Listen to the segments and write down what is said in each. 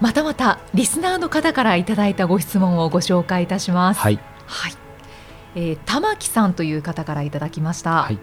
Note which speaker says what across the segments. Speaker 1: またまたリスナーの方からいただいたご質問をご紹介いたします。
Speaker 2: はい、
Speaker 1: はい。えー玉木さんという方からいただきました。
Speaker 2: はい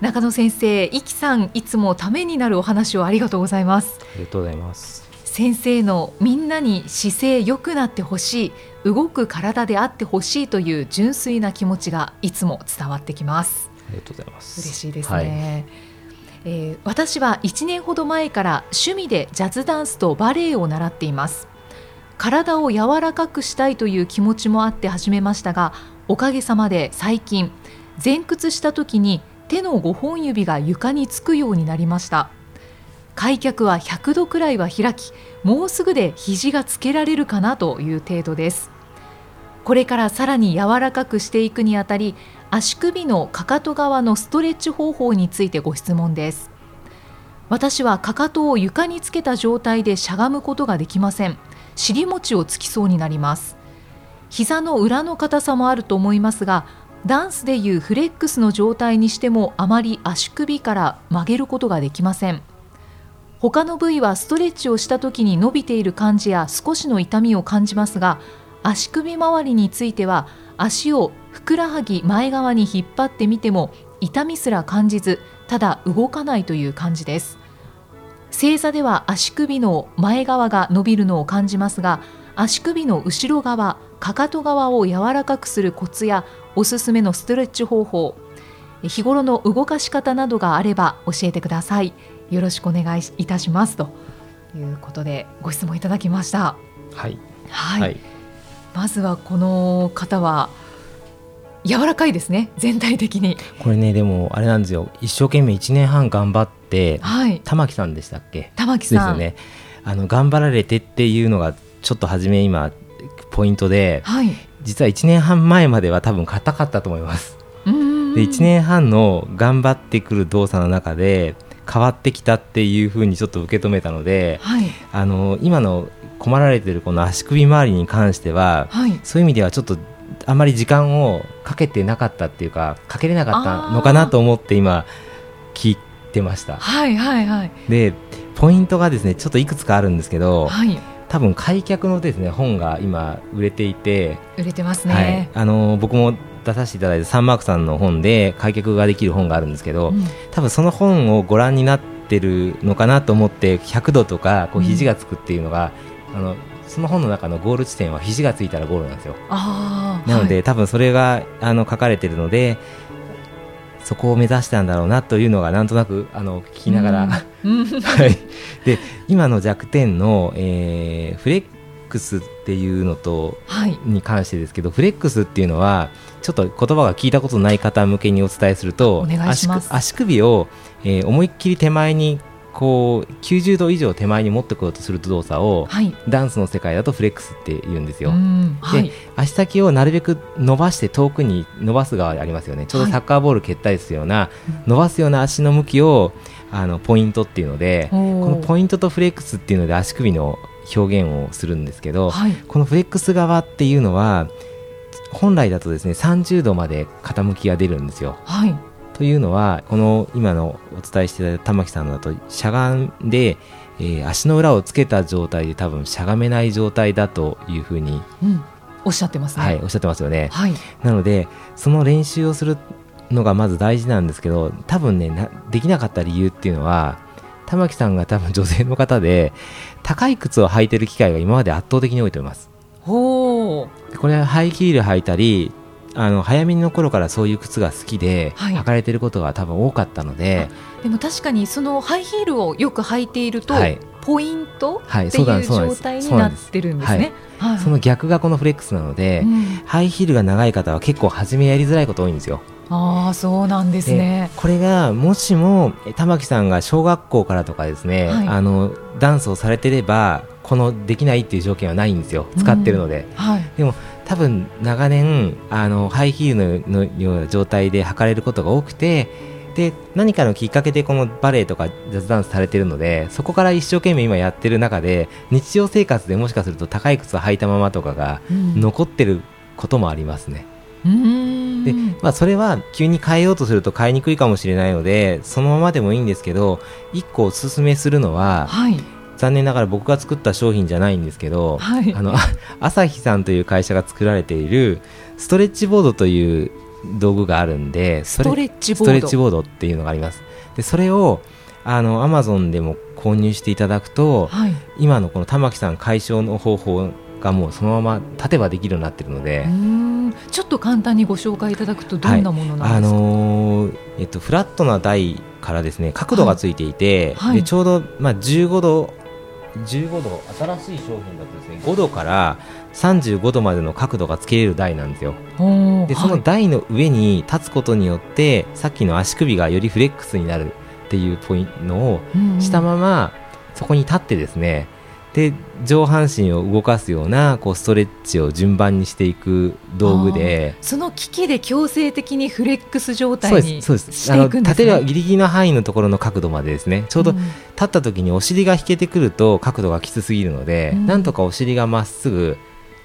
Speaker 1: 中野先生、いきさんいつもためになるお話をありがとうございます。
Speaker 2: ありがとうございます。
Speaker 1: 先生のみんなに姿勢良くなってほしい、動く体であってほしいという純粋な気持ちがいつも伝わってきます。
Speaker 2: ありがとうございます。
Speaker 1: 嬉しいです
Speaker 2: はい。
Speaker 1: ね、えー私は1年ほど前から趣味でジャズダンスとバレエを習っています体を柔らかくしたいという気持ちもあって始めましたがおかげさまで最近前屈した時に手の5本指が床につくようになりました開脚は100度くらいは開きもうすぐで肘がつけられるかなという程度ですこれからさらに柔らかくしていくにあたり足首のかかと側のストレッチ方法についてご質問です私はかかとを床につけた状態でしゃがむことができません尻餅をつきそうになります膝の裏の硬さもあると思いますがダンスでいうフレックスの状態にしてもあまり足首から曲げることができません他の部位はストレッチをした時に伸びている感じや少しの痛みを感じますが足首周りについては足をふくらはぎ前側に引っ張ってみても痛みすら感じずただ動かないという感じです正座では足首の前側が伸びるのを感じますが足首の後ろ側かかと側を柔らかくするコツやおすすめのストレッチ方法日頃の動かし方などがあれば教えてくださいよろしくお願いいたしますということでご質問いただきました
Speaker 2: はい、
Speaker 1: はい、
Speaker 2: はい、
Speaker 1: まずはこの方は柔らかいですね全体的 に
Speaker 2: これね、でも、あれなんですよ。一生懸命一年半頑張って、
Speaker 1: はい
Speaker 2: 玉木さんでしたっけ。
Speaker 1: 玉木
Speaker 2: です
Speaker 1: さ
Speaker 2: よ
Speaker 1: ん、
Speaker 2: ね。あの、頑張られてっていうのが、ちょっと初め今。ポイントで、
Speaker 1: はい
Speaker 2: 実は一年半前までは多分硬かったと思います。
Speaker 1: うーん
Speaker 2: で、一年半の頑張ってくる動作の中で。変わってきたっていうふうにちょっと受け止めたので、
Speaker 1: はい
Speaker 2: あの今の困られてるこの足首周りに関しては、
Speaker 1: はい
Speaker 2: そういう意味ではちょっとあまり時間をかけてなかったっていうかかけれなかったのかなと思って今聞いてました
Speaker 1: はいはいはい
Speaker 2: でポイントがですねちょっといくつかあるんですけど
Speaker 1: はい
Speaker 2: 多分開脚のですね本が今売れていて、
Speaker 1: 売れてますね、
Speaker 2: はい、あの僕も出させていただいたサンマークさんの本で開脚ができる本があるんですけど、
Speaker 1: うん
Speaker 2: 多分その本をご覧になってるのかなと思って100度とかこう
Speaker 1: うん
Speaker 2: 肘がつくっていうのが、あのその本の中のゴール地点は肘がついたらゴールなんですよ
Speaker 1: ああ
Speaker 2: なので、、多分それがあの書かれてるのでそこを目指したんだろうなというのがなんとなくあの聞きながら、 は
Speaker 1: うんうん
Speaker 2: い、で今の弱点の、えーフレックスっていうのと
Speaker 1: はい
Speaker 2: に関してですけどフレックスっていうのはちょっと言葉が聞いたことない方向けにお伝えすると
Speaker 1: お願いします
Speaker 2: 足首足首を、えー思いっきり手前にこう90度以上手前に持ってこようとする動作を
Speaker 1: はい
Speaker 2: ダンスの世界だとフレックスって言うんですよ。
Speaker 1: うんはい
Speaker 2: 足先をなるべく伸ばして遠くに伸ばす側ありますよねちょうどサッカーボール蹴ったりするような、
Speaker 1: うん
Speaker 2: 伸ばすような足の向きをあのポイントっていうので
Speaker 1: お
Speaker 2: こ
Speaker 1: ー
Speaker 2: のポイントとフレックスっていうので足首の表現をするんですけど、
Speaker 1: はい
Speaker 2: このフレックス側っていうのは本来だとですね30度まで傾きが出るんですよ。
Speaker 1: はい
Speaker 2: というのはこの今のお伝えしていただいた玉木さんのだとしゃがんで、えー足の裏をつけた状態で多分しゃがめない状態だというふうに、
Speaker 1: うんおっしゃってますね
Speaker 2: はい、おっしゃってますよね。
Speaker 1: はい
Speaker 2: なのでその練習をするのがまず大事なんですけど多分ねなできなかった理由っていうのは玉木さんが多分女性の方で高い靴を履いてる機会が今まで圧倒的に多いと思います
Speaker 1: おー
Speaker 2: これはハイヒール履いたりあの早めの頃からそういう靴が好きで、
Speaker 1: はい
Speaker 2: 履かれてることが多分多かったので、
Speaker 1: でも確かにそのハイヒールをよく履いていると、
Speaker 2: はい
Speaker 1: ポイント
Speaker 2: はい
Speaker 1: ってい
Speaker 2: そうなん
Speaker 1: う
Speaker 2: ですそうなんで
Speaker 1: 状
Speaker 2: す
Speaker 1: 態になってるんですね。はい
Speaker 2: その逆がこのフレックスなので、
Speaker 1: うん
Speaker 2: ハイヒールが長い方は結構初めやりづらいこと多いんですよ
Speaker 1: ああそうなんですね。
Speaker 2: これがもしもえ玉木さんが小学校からとかですね、
Speaker 1: はい
Speaker 2: あのダンスをされてればこのできないっていう条件はないんですよ使ってるので、
Speaker 1: はい
Speaker 2: 多分長年あのハイヒールののような状態で履かれることが多くてで何かのきっかけでこのバレエとかジャズダンスされてるのでそこから一生懸命今やってる中で日常生活でもしかすると高い靴を履いたままとかが
Speaker 1: うん
Speaker 2: 残ってることもありますね、
Speaker 1: うーん
Speaker 2: でまあ、それは急に変えようとすると変えにくいかもしれないのでそのままでもいいんですけど一個おすすめするのは
Speaker 1: はい
Speaker 2: 残念ながら僕が作った商品じゃないんですけど、
Speaker 1: はい
Speaker 2: あのあ朝日さんという会社が作られているストレッチボードという道具があるんでス
Speaker 1: ストレッチボ
Speaker 2: ストレ
Speaker 1: ー
Speaker 2: ッ
Speaker 1: ド
Speaker 2: チボードっていうのがありますでそれをあのアマゾンでも購入していただくと
Speaker 1: はい
Speaker 2: 今のこの玉木さん解消の方法がもうそのまま立てばできるようになってるの
Speaker 1: う
Speaker 2: で
Speaker 1: ー、んちょっと簡単にご紹介いただくとどんなものな
Speaker 2: あ
Speaker 1: んですか、
Speaker 2: のーえっと、フラットな台からですね角度がついていて、
Speaker 1: はいはい
Speaker 2: でちょうど、まあ、15度15度新しい商品だとですね5度から35度までの角度がつけれる台なんですよ
Speaker 1: おー
Speaker 2: でその
Speaker 1: はい
Speaker 2: 台の上に立つことによって、さっきの足首がよりフレックスになるっていうポイントを
Speaker 1: うんうん
Speaker 2: したままそこに立ってですねで上半身を動かすようなこうストレッチを順番にしていく道具で。
Speaker 1: その機器で強制的にフレックス状
Speaker 2: そう
Speaker 1: 態
Speaker 2: で
Speaker 1: に
Speaker 2: すそうです
Speaker 1: し
Speaker 2: あ
Speaker 1: て
Speaker 2: の
Speaker 1: いくんです、ね、
Speaker 2: 立てればギリギリの範囲のところの角度までですねちょうど
Speaker 1: うん
Speaker 2: 立った時にお尻が引けてくると角度がきつすぎるので、
Speaker 1: うん
Speaker 2: なんとかお尻がまっすぐ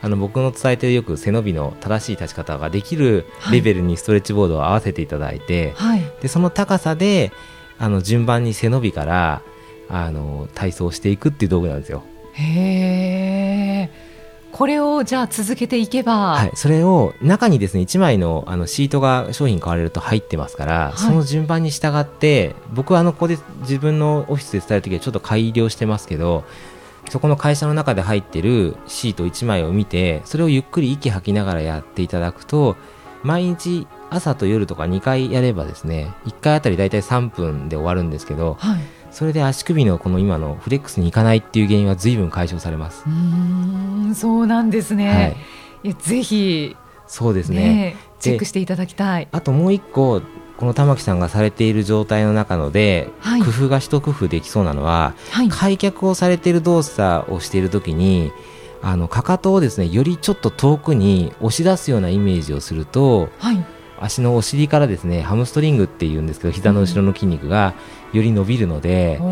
Speaker 2: あの僕の伝えてるよく背伸びの正しい立ち方ができるレベルにストレッチボードを合わせていただいて、
Speaker 1: はい
Speaker 2: でその高さであの順番に背伸びからあの体操していくっていう道具なんですよ。
Speaker 1: へえこれをじゃあ続けていけば、
Speaker 2: はい、それを中にですね1枚のあのシートが商品買われると入ってますから、
Speaker 1: はい
Speaker 2: その順番に従って僕はあのここで自分のオフィスで伝える時はちょっと改良してますけどそこの会社の中で入ってるシート1枚を見てそれをゆっくり息吐きながらやっていただくと毎日朝と夜とか2回やればですね1回あたり大体3分で終わるんですけど
Speaker 1: はい、
Speaker 2: それで足首のこの今のフレックスにいかないっていう原因は随分解消されます
Speaker 1: う。ーんそうなんですね、
Speaker 2: は
Speaker 1: い
Speaker 2: い、
Speaker 1: やぜひ
Speaker 2: そうですね
Speaker 1: ねチェックしていただきたい
Speaker 2: あともう一個この玉木さんがされている状態の中ので、
Speaker 1: はい
Speaker 2: 工夫が一工夫できそうなのは
Speaker 1: はい
Speaker 2: 開脚をされている動作をしている時にあのかかとをですねよりちょっと遠くに押し出すようなイメージをすると
Speaker 1: はい
Speaker 2: 足のお尻からですねハムストリングっていうんですけど膝の後ろの筋肉がより伸びるので、
Speaker 1: お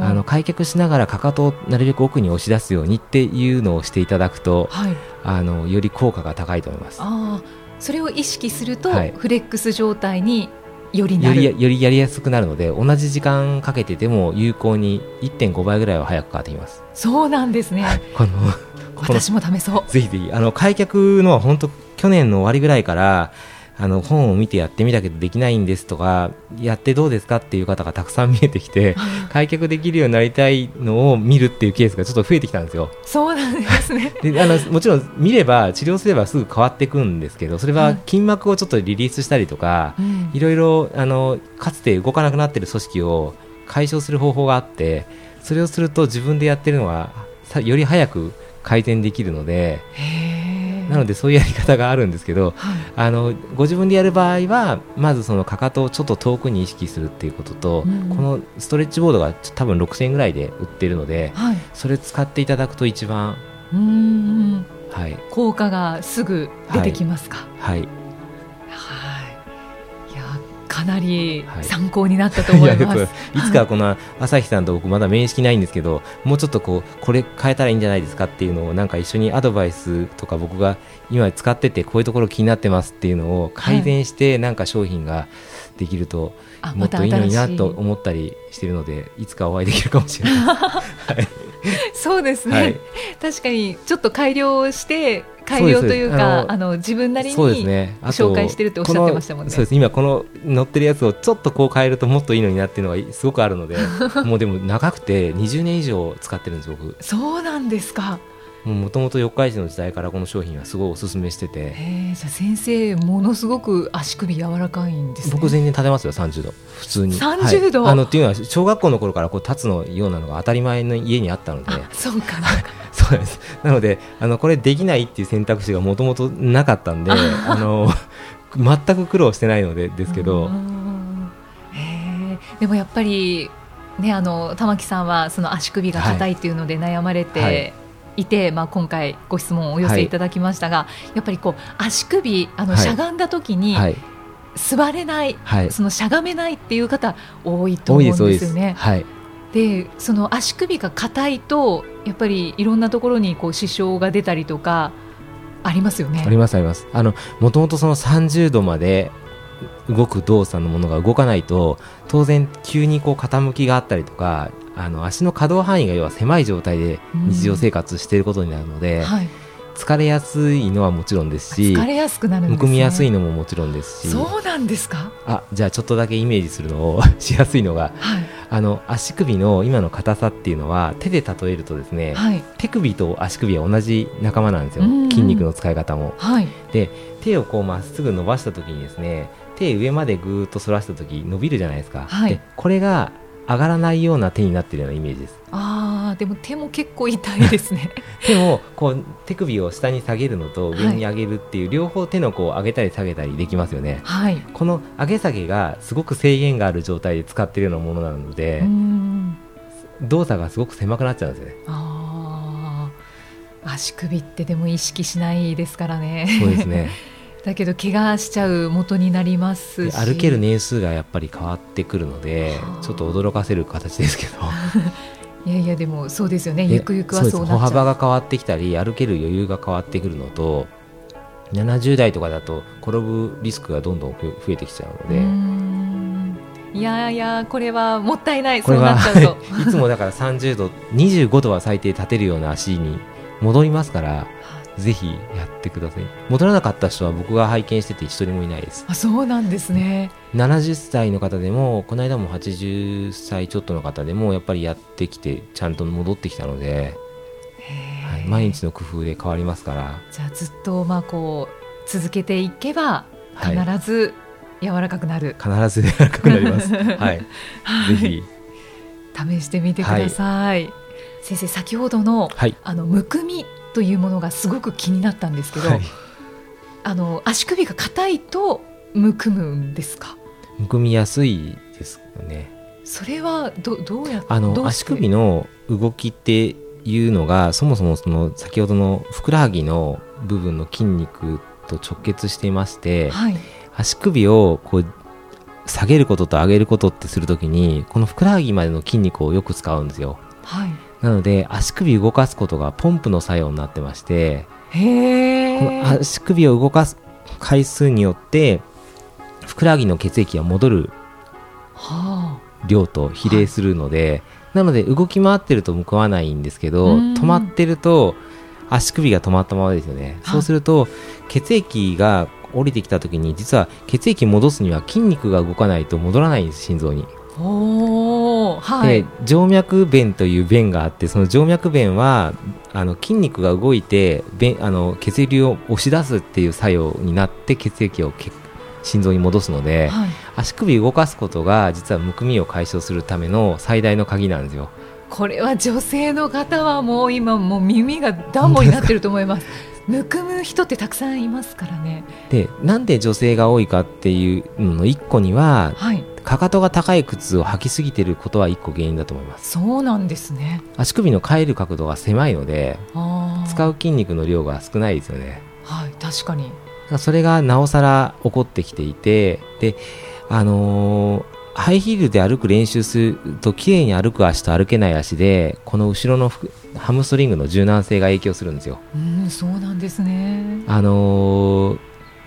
Speaker 1: ー
Speaker 2: あの開脚しながらかかとをなるべく奥に押し出すようにっていうのをしていただくと
Speaker 1: はい
Speaker 2: あのより効果が高いと思います。
Speaker 1: あーそれを意識すると、
Speaker 2: はい
Speaker 1: フレックス状態によりな
Speaker 2: よ
Speaker 1: る
Speaker 2: りやよりやりやすくなるので同じ時間かけてでも有効に1.5倍ぐらいは早く変わってきます
Speaker 1: そうなんですね
Speaker 2: このこの
Speaker 1: 私も試そう
Speaker 2: ぜひぜひあの開脚のは本当去年の終わりぐらいからあの本を見てやってみたけどできないんですとかやってどうですかっていう方がたくさん見えてきて開脚できるようになりたいのを見るっていうケースがちょっと増えてきたんですよ
Speaker 1: そうなんですね
Speaker 2: であのもちろん見れば治療すればすぐ変わってくんですけどそれは筋膜をちょっとリリースしたりとか、
Speaker 1: うん
Speaker 2: いろいろあのかつて動かなくなっている組織を解消する方法があってそれをすると自分でやってるのはさより早く改善できるので
Speaker 1: へー
Speaker 2: なのでそういうやり方があるんですけど
Speaker 1: はい
Speaker 2: あのご自分でやる場合はまずそのかかとをちょっと遠くに意識するっていうことと、
Speaker 1: うん
Speaker 2: このストレッチボードがちょ多分6000円ぐらいで売ってるので
Speaker 1: はい、
Speaker 2: それ使っていただくと一番
Speaker 1: うーん
Speaker 2: はい
Speaker 1: 効果がすぐ出てきますか、
Speaker 2: は
Speaker 1: はい、
Speaker 2: い
Speaker 1: いやかなり
Speaker 2: はい
Speaker 1: 参考になったと思い
Speaker 2: いや
Speaker 1: ま
Speaker 2: あ
Speaker 1: す。
Speaker 2: りがとうございますいつかこの朝日さんと僕まだ面識ないんですけど、もうちょっとこうこれ変えたらいいんじゃないですかっていうのをなんか一緒にアドバイスとか僕が今使っててこういうところ気になってますっていうのを改善してなんか商品ができると
Speaker 1: あ
Speaker 2: も
Speaker 1: ま
Speaker 2: ったといいの
Speaker 1: 新
Speaker 2: に
Speaker 1: し
Speaker 2: なと
Speaker 1: い
Speaker 2: 思ったりしてるのでいつかお会いできるかもしれない
Speaker 1: そうですね、
Speaker 2: はい
Speaker 1: 確かにちょっと改良して改良というか
Speaker 2: そうですそうです
Speaker 1: あ
Speaker 2: あ
Speaker 1: の自分なりに
Speaker 2: そうですねあと
Speaker 1: 紹介してるっておっしゃってましたもんね
Speaker 2: このそうです今この乗ってるやつをちょっとこう変えるともっといいのになっていうのがすごくあるのでもうでも長くて20年以上使ってるんです僕
Speaker 1: そうなんですか、
Speaker 2: もともと四日市の時代からこの商品はすごいおすすめしてて、
Speaker 1: えー、じゃあ先生ものすごく足首柔らかいんですね
Speaker 2: 僕全然立てますよ30度普通に
Speaker 1: 30度
Speaker 2: はいあのっていうのは小学校の頃からこう立つのようなのが当たり前の家にあったので
Speaker 1: あそうかなんか
Speaker 2: そうなんですなのであのこれできないっていう選択肢がもともとなかったんであの 全く苦労してないのでですけど、
Speaker 1: うんえーでもやっぱりね、あの玉木さんはその足首が硬いというので悩まれ
Speaker 2: は
Speaker 1: て
Speaker 2: い
Speaker 1: いて、まあ、今回ご質問をお寄せいただきましたが、やっぱりこう足首あの
Speaker 2: はい
Speaker 1: しゃがんだ時に
Speaker 2: はい
Speaker 1: 座れない、
Speaker 2: はい
Speaker 1: そのしゃがめないっていう方多いと
Speaker 2: 多
Speaker 1: 思う
Speaker 2: い
Speaker 1: ん
Speaker 2: です多い
Speaker 1: で
Speaker 2: です
Speaker 1: よ
Speaker 2: す
Speaker 1: ね。
Speaker 2: はい
Speaker 1: でその足首が硬いとやっぱりいろんなところにこう支障が出たりとかありますよね。
Speaker 2: ありますありますあのもともとその30度まで動く動作のものが動かないと当然急にこう傾きがあったりとかあの足の可動範囲が要は狭い状態で日常生活していることになるので、
Speaker 1: はい、
Speaker 2: 疲れやすいのはもちろんですし
Speaker 1: 疲れやすくなるんです、ね、
Speaker 2: むくみやすいのももちろんですし
Speaker 1: そうなんですか。
Speaker 2: あじゃあちょっとだけイメージするのをしやすいのが
Speaker 1: はい、
Speaker 2: あの足首の今の硬さっていうのは手で例えるとですね、
Speaker 1: はい、
Speaker 2: 手首と足首は同じ仲間なんですよ
Speaker 1: うんうん
Speaker 2: 筋肉の使い方も
Speaker 1: はい、
Speaker 2: 手をこうまっすぐ伸ばした時にですね手上までぐーっと反らした時伸びるじゃないですか、
Speaker 1: はい
Speaker 2: でこれが上がらないような手になってるようなイメージです
Speaker 1: ああ、でも手も結構痛いです ね。
Speaker 2: でもこう手首を下に下げるのと
Speaker 1: はい
Speaker 2: 上に上げるっていう、両方手のこう上げたり下げたりできますよね
Speaker 1: はい。
Speaker 2: この上げ下げがすごく制限がある状態で使ってるようなものなの
Speaker 1: う
Speaker 2: で
Speaker 1: ー、ん。
Speaker 2: 動作がすごく狭くなっちゃうんですよね
Speaker 1: ああ、足首ってでも意識しないですからね。
Speaker 2: そうですね
Speaker 1: だけど怪我しちゃう元になります
Speaker 2: で
Speaker 1: し。
Speaker 2: 歩ける。年数がやっぱり変わってくるので
Speaker 1: はあ
Speaker 2: ちょっと驚かせる形ですけど
Speaker 1: いやいやでもそうですよね。
Speaker 2: で
Speaker 1: ゆくゆくはそうなっちゃう。
Speaker 2: です歩幅が変わってきたり歩ける余裕が変わってくるのと70代とかだと転ぶリスクがどんどん増えてきちゃうの
Speaker 1: うー
Speaker 2: で、
Speaker 1: んいやいやこれはもったいない。
Speaker 2: こ
Speaker 1: そ
Speaker 2: れ
Speaker 1: うな
Speaker 2: は
Speaker 1: っちゃうと。
Speaker 2: いつもだから30度25度は最低立てるような足に戻りますからぜひやってください戻らなかった人は僕が拝見してて一人もいないです
Speaker 1: あ、そうなんですね。
Speaker 2: 70歳の方でもこの間も80歳ちょっとの方でもやっぱりやってきてちゃんと戻ってきたので、はい毎日の工夫で変わりますから、
Speaker 1: じゃあずっとまあこう続けていけば
Speaker 2: は
Speaker 1: 必
Speaker 2: い、
Speaker 1: ず柔らかくなる。
Speaker 2: 必ず柔らかくなります。はい、
Speaker 1: はい
Speaker 2: ぜひ、
Speaker 1: 試してみてください、先生先ほどの
Speaker 2: はい、
Speaker 1: あのむくみというものがすごく気になったんですけど、
Speaker 2: はい
Speaker 1: あの足首が硬いとむくむんですか
Speaker 2: むくみやすいですよね。
Speaker 1: それはどどうや
Speaker 2: あ
Speaker 1: ど
Speaker 2: の
Speaker 1: うし
Speaker 2: 足
Speaker 1: て
Speaker 2: 首の動きっていうのがそもそもその先ほどのふくらはぎの部分の筋肉と直結していまして、
Speaker 1: はい
Speaker 2: 足首をこう下げることと上げることってするときにこのふくらはぎまでの筋肉をよく使うんですよ。
Speaker 1: はい
Speaker 2: なので足首動かすことがポンプの作用になってまして、
Speaker 1: へ
Speaker 2: この
Speaker 1: え
Speaker 2: 足首を動かす回数によってふくらはぎの血液が戻る
Speaker 1: は
Speaker 2: 量と比例するので、なので動き回ってると向かわないんですけ
Speaker 1: う
Speaker 2: ど
Speaker 1: ん
Speaker 2: 止まってると足首が止まったままですよね
Speaker 1: はい
Speaker 2: そうすると血液が降りてきた時に実は血液戻すには筋肉が動かないと戻らないんです心臓に、
Speaker 1: あおおはい
Speaker 2: で静脈弁という弁があってその静脈弁はあの筋肉が動いて弁あの血流を押し出すっていう作用になって血液を血心臓に戻すので
Speaker 1: はい
Speaker 2: 足首を動かすことが実はむくみを解消するための最大の鍵なんですよ
Speaker 1: これは女性の方はもう今もう耳がダンボになってると思いますむくむ人ってたくさんいますからね
Speaker 2: でなんで女性が多いかっていうのの一個には
Speaker 1: はい
Speaker 2: かかとが高い靴を履きすぎてることは一個原因だと思います
Speaker 1: そうなんですね
Speaker 2: 足首の帰る角度が狭いので
Speaker 1: あー
Speaker 2: 使う筋肉の量が少ないですよね
Speaker 1: はい確かに
Speaker 2: それがなおさら起こってきていてであのーハイヒールで歩く練習すると綺麗に歩く足と歩けない足でこの後ろのふくハムストリングの柔軟性が影響するんですよ
Speaker 1: うんそうなんですね
Speaker 2: あのー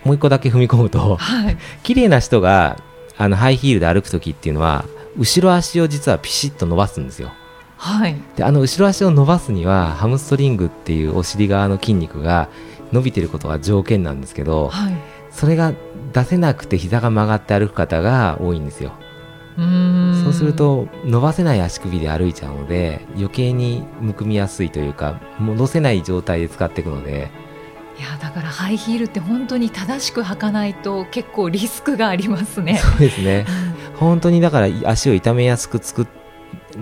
Speaker 2: もう一個だけ踏み込むと
Speaker 1: はい
Speaker 2: 綺麗な人があのハイヒールで歩く時っていうのは後ろ足を実はピシッと伸ばすんですよ
Speaker 1: はい
Speaker 2: であの後ろ足を伸ばすにはハムストリングっていうお尻側の筋肉が伸びてることが条件なんですけど
Speaker 1: はい
Speaker 2: それが出せなくて膝が曲がって歩く方が多いんですよ
Speaker 1: うーん
Speaker 2: そうすると伸ばせない足首で歩いちゃうので余計にむくみやすいというか戻せない状態で使っていくので
Speaker 1: いやだからハイヒールって本当に正しく履かないと結構リスクがありますね
Speaker 2: そうですね。本当にだから足を痛めやすく作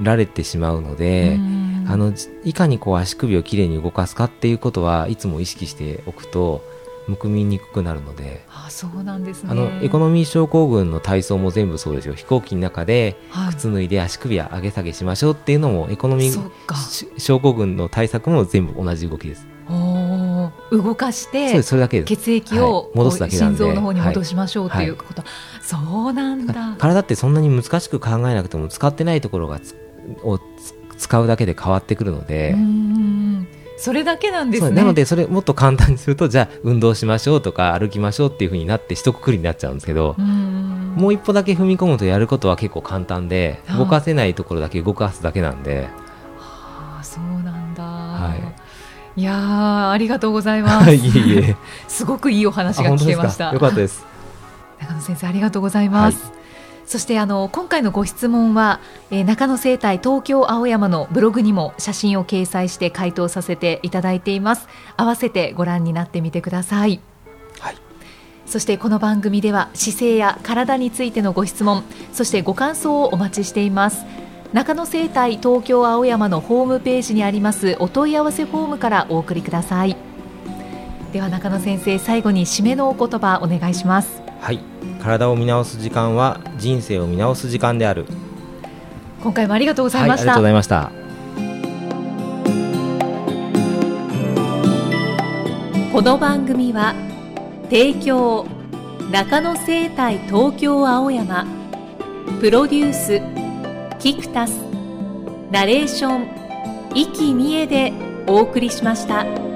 Speaker 2: られてしまうので、
Speaker 1: うん
Speaker 2: あの、いかにこう足首をきれいに動かすかっていうことはいつも意識しておくと、むくみにくくなるので。
Speaker 1: あそうなんですね
Speaker 2: あのエコノミー症候群の体操も全部そうですよ飛行機の中で
Speaker 1: はい
Speaker 2: 靴脱いで足首上げ下げしましょうっていうのもエコノミ
Speaker 1: そっ
Speaker 2: ー
Speaker 1: か
Speaker 2: し症候群の対策も全部同じ動きです、
Speaker 1: おー動かし
Speaker 2: そうで
Speaker 1: て
Speaker 2: すそれだけです
Speaker 1: 血液を、
Speaker 2: はい戻すだけなんで
Speaker 1: 心臓の方に
Speaker 2: はい
Speaker 1: 戻しましょうということ、そうなんだ
Speaker 2: 体ってそんなに難しく考えなくても使ってないところがつをつ使うだけで変わってくるので
Speaker 1: うーんそれだけなんです
Speaker 2: そう
Speaker 1: ね
Speaker 2: なのでそれもっと簡単にするとじゃあ運動しましょうとか歩きましょうっていうふうになって一括りになっちゃうんですけど
Speaker 1: うー、ん
Speaker 2: もう一歩だけ踏み込むとやることは結構簡単で
Speaker 1: はい
Speaker 2: 動かせないところだけ動かすだけなんで
Speaker 1: あーそうなんだ、、
Speaker 2: はい
Speaker 1: やーありがとうございます
Speaker 2: はいいえいえ
Speaker 1: すごくいいお話
Speaker 2: あ
Speaker 1: が
Speaker 2: 本当
Speaker 1: 聞
Speaker 2: で
Speaker 1: け
Speaker 2: す
Speaker 1: ま
Speaker 2: か
Speaker 1: した
Speaker 2: よかったです
Speaker 1: 中野先生ありがとうございます、そしてあの今回のご質問は、えー中野生態東京青山のブログにも写真を掲載して回答させていただいています合わせてご覧になってみてください
Speaker 2: はい
Speaker 1: そしてこの番組では姿勢や体についてのご質問そしてご感想をお待ちしています中野生態東京青山のホームページにありますお問い合わせフォームからお送りくださいでは中野先生最後に締めのお言葉お願いします
Speaker 2: はい体を見直す時間は人生を見直す時間である
Speaker 1: 今回もありがとうござ
Speaker 2: はいい
Speaker 1: ま
Speaker 2: あり
Speaker 1: し
Speaker 2: がと
Speaker 1: た、
Speaker 2: うございました
Speaker 1: この番組は提供中野生態東京青山プロデュースキクタスナレーション生きみえでお送りしました。